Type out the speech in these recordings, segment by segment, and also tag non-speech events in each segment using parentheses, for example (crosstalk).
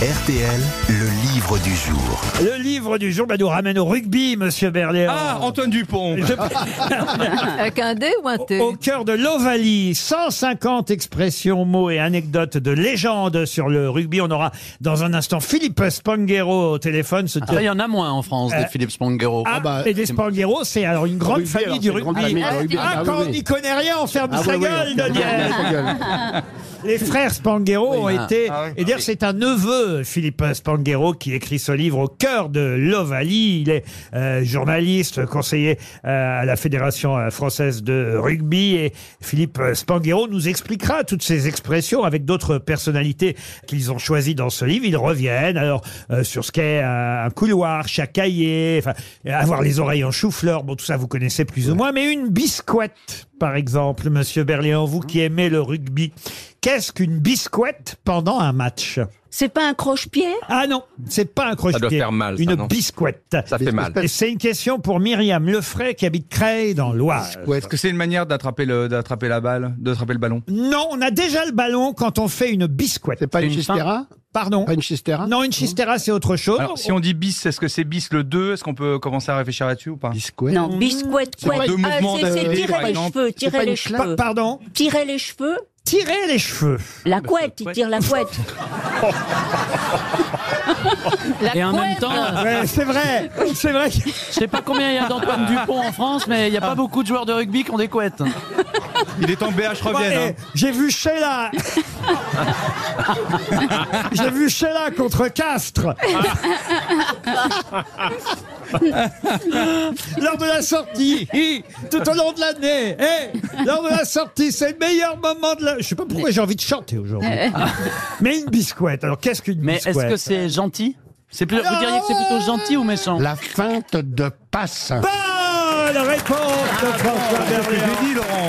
RTL, le livre du jour. Le livre du jour bah, nous ramène au rugby, monsieur Berléand. Ah, Antoine Dupont Avec un D ou un T Au cœur de l'Ovalie, 150 expressions, mots et anecdotes de légende sur le rugby. On aura dans un instant Philippe Spanghero au téléphone. Ah, Ce Ça, Ah, il y en a moins en France, Euh, des Philippe Spanghero. Ah, et des Spanghero, c'est alors une grande bah, rugby, famille alors, du c'est une grande rugby. famille du rugby. Ah, Ah, quand oui, on oui. n'y connaît rien, on ferme Ah sa oui, oui, gueule, on ferme Daniel. sa gueule. (laughs) Les frères Spanghero ont Oui. été. Ah oui. Et d'ailleurs, c'est un neveu, Philippe Spanghero, qui écrit ce livre au cœur de l'Ovalie. Il est euh, journaliste, conseiller euh, à la Fédération euh, française de rugby. Et Philippe Spanghero nous expliquera toutes ces expressions avec d'autres personnalités qu'ils ont choisies dans ce livre. Ils reviennent alors euh, sur ce qu'est euh, un couloir, chacailler, enfin, avoir les oreilles en chou-fleur. Bon, tout ça, vous connaissez plus ou moins. Mais une biscouette, par exemple, monsieur Berléand, vous qui aimez le rugby. Qu'est-ce qu'une biscouette pendant un match C'est pas un croche-pied Ah non, c'est pas un crochet. doit faire mal, ça, Une non biscouette. Ça fait mal. Et C'est une question pour Myriam Lefray qui habite Creil dans l'Oise. Est-ce que c'est une manière d'attraper le, d'attraper la balle, d'attraper le ballon Non, on a déjà le ballon quand on fait une biscouette. C'est pas une Une chistera Pardon. Pas une chistera Non, une chistera, c'est autre chose. Alors, si on dit bis, est-ce que c'est bis le 2 Est-ce qu'on peut commencer à réfléchir là-dessus ou pas Biscuit. Non, biscuit, pas couette. Ah, deux mouvements c'est c'est de- par tirer les exemple. cheveux, pas tirer une les claque. Pa- cheveux. Pardeux. Tirer les cheveux, Tirer les cheveux. (laughs) la couette, il tire la couette. La Et en même couette. temps, (laughs) euh, Ouais, c'est vrai. C'est vrai. que- je sais pas combien il y a d'Antoine Dupont en France, mais il n'y a pas beaucoup de joueurs de rugby qui ont des couettes. Il est temps BH revienne. Ouais, hein. Eh, J'ai vu (laughs) Sheila. J'ai vu Sheila contre (laughs) Castres. lors de la sortie, hi, tout au long de l'année, hé, lors de la sortie, c'est le meilleur moment de la. Je sais pas pourquoi j'ai envie de chanter aujourd'hui. (laughs) Mais une biscouette. Alors qu'est-ce qu'une Mais biscouette est-ce que c'est gentil C'est plus, Vous diriez que c'est plutôt gentil ou méchant La feinte de passe. Ah, Bonne réponse de François Ah, Berléand. hein. J'ai dit, Laurent.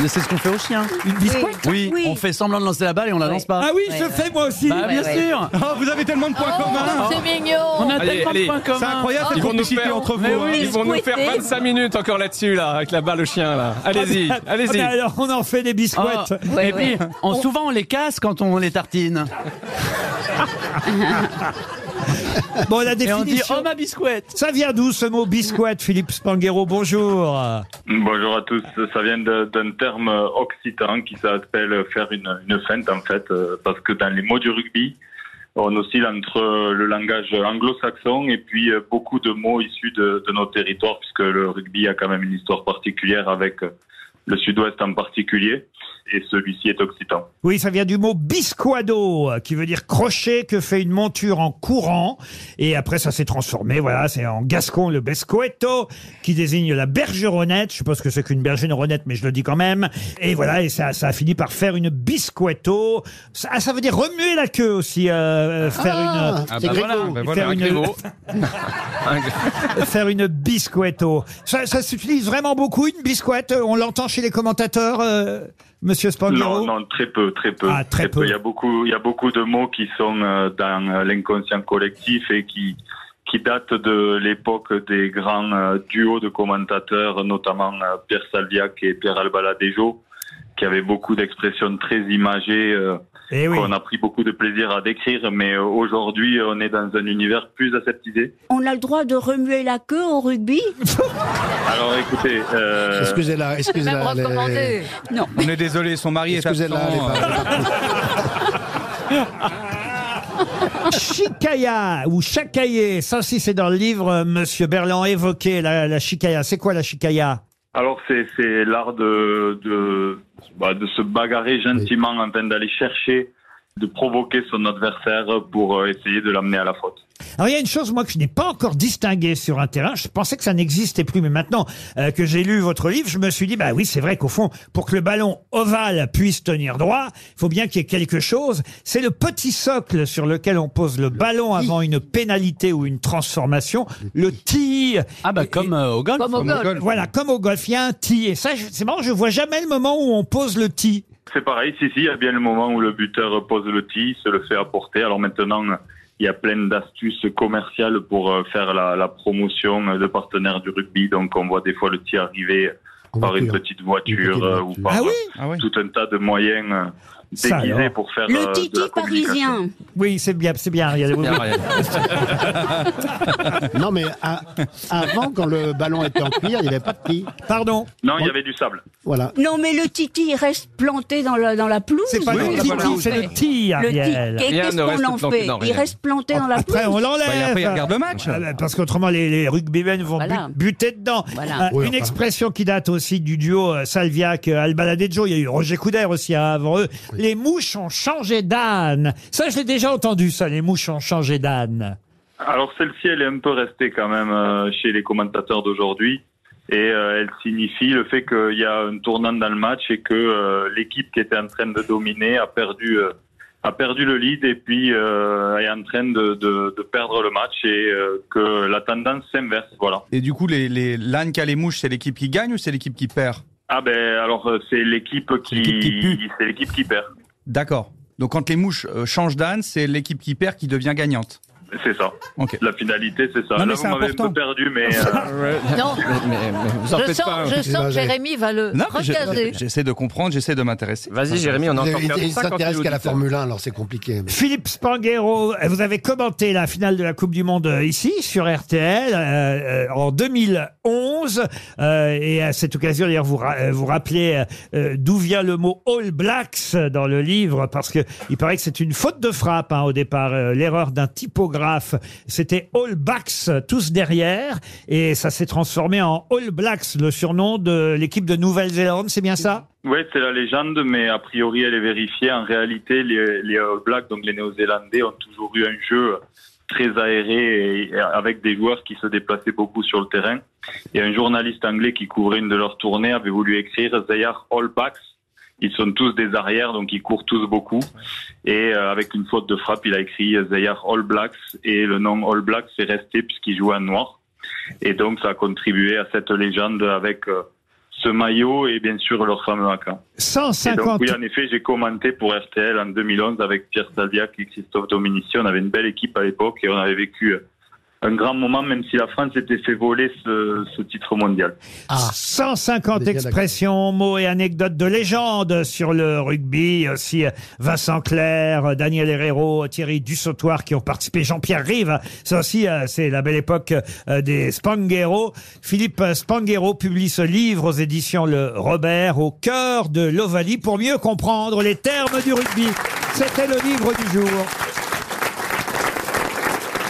Mais C'est ce qu'on fait aux chiens. Une biscouette. Oui, Oui. on fait semblant de lancer la balle et on la lance pas. Ah oui, je fais moi aussi. Bah, bien ouais. sûr Oh, vous avez tellement de points communs. C'est mignon. On a Allez, tellement de allez, points C'est communs. incroyable cette Ils vont nous complicité faire- entre vous. Mais hein. oui. Ils vont nous Squatter. faire 25 minutes encore là-dessus, là, avec la balle au chien, là. Allez-y, Ah, allez-y. mais alors, on en fait des Ah, biscouettes. Ouais, et puis, on- souvent on les casse quand on les tartine. Bon, la Et on dit définition. Oh ma biscouette Ça vient d'où ce mot biscouette, Philippe Spanghero Bonjour. Bonjour à tous. Ça vient de- d'un terme occitan qui s'appelle faire une, une feinte, en fait, euh, parce que dans les mots du rugby, on oscille entre le langage anglo-saxon et puis euh, beaucoup de mots issus de, de nos territoires, puisque le rugby a quand même une histoire particulière avec euh, le sud-ouest en particulier, et celui-ci est occitan. Oui, ça vient du mot bisquado, euh, qui veut dire crochet que fait une monture en courant. Et après, ça s'est transformé. Voilà, c'est en gascon le bescueto, qui désigne la bergeronnette. Je sais pas ce que c'est qu'une bergeronnette, mais je le dis quand même. Et voilà, et ça, ça a fini par faire une biscuetto. Ça, ah, ça veut dire remuer la queue aussi, euh, euh, faire une. Ah, c'est Grégo. ben Faire un une- Grégo. faire une biscuetto. Ça, ça s'utilise vraiment beaucoup, une biscuette. euh, On l'entend chez les commentateurs, euh, monsieur Spanghero Non, non, très peu, très peu. Ah, très peu. Il y a beaucoup, il y a beaucoup de mots qui sont euh, dans euh, l'inconscient collectif et qui qui datent de l'époque des grands euh, duos de commentateurs, notamment euh, Pierre Salviac et Pierre Albaladejo, qui avaient beaucoup d'expressions très imagées. euh, Eh oui. qu'on a pris beaucoup de plaisir à décrire, mais euh, aujourd'hui, on est dans un univers plus aseptisé. On a le droit de remuer la queue au rugby Alors, écoutez, euh, Excusez-la, Même excusez-la. les- recommandé. On est désolé, son mari est absent. Excusez-la, les barres. Ah, Chicaya ou chacaillé, ça aussi c'est dans le livre, euh, Monsieur Berland évoquait la, la chicaya. C'est quoi la chicaya Alors c'est c'est l'art de de bah, de se bagarrer gentiment en train d'aller chercher de provoquer son adversaire pour euh, essayer de l'amener à la faute. Alors il y a une chose moi que je n'ai pas encore distinguée sur un terrain. Je pensais que ça n'existait plus, mais maintenant euh, que j'ai lu votre livre, je me suis dit bah oui c'est vrai qu'au fond pour que le ballon ovale puisse tenir droit, il faut bien qu'il y ait quelque chose. C'est le petit socle sur lequel on pose le ballon avant une pénalité ou une transformation, le tee. Ah bah Et- comme euh, au golf Comme au golf. Voilà, comme au golf, il y a un tee. Et ça, je- c'est marrant, je vois jamais le moment où on pose le tee. C'est pareil, si si, il y a bien le moment où le buteur pose le tee, se le fait apporter. Alors maintenant, il y a plein d'astuces commerciales pour euh, faire la, la promotion de partenaires du rugby. Donc on voit des fois le tee arriver En par une voiture. petite voiture, Une petite euh, voiture. ou par Ah oui euh, Ah oui. tout un tas de moyens euh, Ça, déguisé alors. pour faire euh, Le de titi la communication. parisien. Oui, c'est bien, c'est bien. Ariel, oui, oui. (laughs) Non, mais à- avant, quand le ballon était en cuir, il n'y avait pas de pli. Pardon. Non, il y avait du sable. Voilà. Non, mais le titi, il reste planté dans la, dans la pelouse. C'est pas Oui, le oui, voilà. titi, c'est le ti, Le titi. Ariel. Et Rien Qu'est-ce ne qu'on reste en planté, fait non, Il rien. reste planté dans la pelouse. Après, on Bah, et l'enlève. après, il regarde le match. Ah bah, Parce qu'autrement, les, les rugbymen vont but- Voilà. buter dedans. Voilà. Euh, Oui, une enfin. expression qui date aussi du duo euh, Salviac-Albaladejo. Il y a eu Roger Coudert aussi hein, avant eux. Les mouches ont changé d'âne. Ça, je l'ai déjà entendu, ça. Les mouches ont changé d'âne. Alors celle-ci, elle est un peu restée quand même euh, chez les commentateurs d'aujourd'hui. Et euh, elle signifie le fait qu'il y a un tournant dans le match et que euh, l'équipe qui était en train de dominer a perdu, euh, a perdu le lead et puis euh, est en train de, de, de perdre le match et euh, que la tendance s'inverse. Voilà. Et du coup, les, les, l'âne qui a les mouches, c'est l'équipe qui gagne ou c'est l'équipe qui perd Ah ben alors euh, c'est l'équipe qui, l'équipe qui pue. c'est l'équipe qui perd. D'accord. Donc quand les mouches euh, changent d'âne, c'est l'équipe qui perd qui devient gagnante. C'est ça. Ok. La finalité, c'est ça. Non, mais Là, c'est vous m'avez un important. peu perdu, mais euh, Non, Mais, mais vous en je faites pas. hein. sens, je sens que J'ai- Jérémy va le Non, mais je- recaser. j'essaie de comprendre, j'essaie de m'intéresser. Vas-y, Jérémy, on a encore Il, perdu il 50 s'intéresse qu'à la auditeurs. Formule 1, alors c'est compliqué. mais- Philippe Spanghero, euh, vous avez commenté la finale de la Coupe du Monde euh, ici, sur RTL, euh, euh, en 2011. euh, et à cette occasion, d'ailleurs, vous, ra- euh, vous rappelez euh, euh, d'où vient le mot All Blacks dans le livre, parce que il paraît que c'est une faute de frappe hein, au départ, euh, l'erreur d'un typographe. C'était All Blacks, tous derrière, et ça s'est transformé en All Blacks, le surnom de l'équipe de Nouvelle-Zélande, c'est bien ça ouais, c'est la légende, mais a priori, elle est vérifiée. En réalité, les, les All Blacks, donc les Néo-Zélandais, ont toujours eu un jeu très aéré et et avec des joueurs qui se déplaçaient beaucoup sur le terrain. Et un journaliste anglais qui couvrait une de leurs tournées avait voulu écrire They are All Blacks. Ils sont tous des arrières, donc ils courent tous beaucoup. Et euh, avec une faute de frappe, il a écrit They are All Blacks. Et le nom All Blacks est resté puisqu'il jouait en noir. Et donc, ça a contribué à cette légende avec euh, ce maillot et bien sûr leur fameux haka. Et 150 donc, oui, en effet, j'ai commenté pour RTL en 2011 avec Pierre Salviac et Christophe Dominici. On avait une belle équipe à l'époque et on avait vécu un grand moment, même si la France s'était fait voler ce, ce titre mondial. Ah. 150 Bien expressions, mots et anecdotes de légende sur le rugby. Aussi euh, Vincent Clerc, euh, Daniel Herrero, Thierry Dussautoir qui ont participé, Jean-Pierre Rive. Ça aussi, euh, c'est la belle époque euh, des Spanghero. Philippe euh, Spanghero publie ce livre aux éditions Le Robert au cœur de l'Ovalie pour mieux comprendre les termes du rugby. C'était le livre du jour.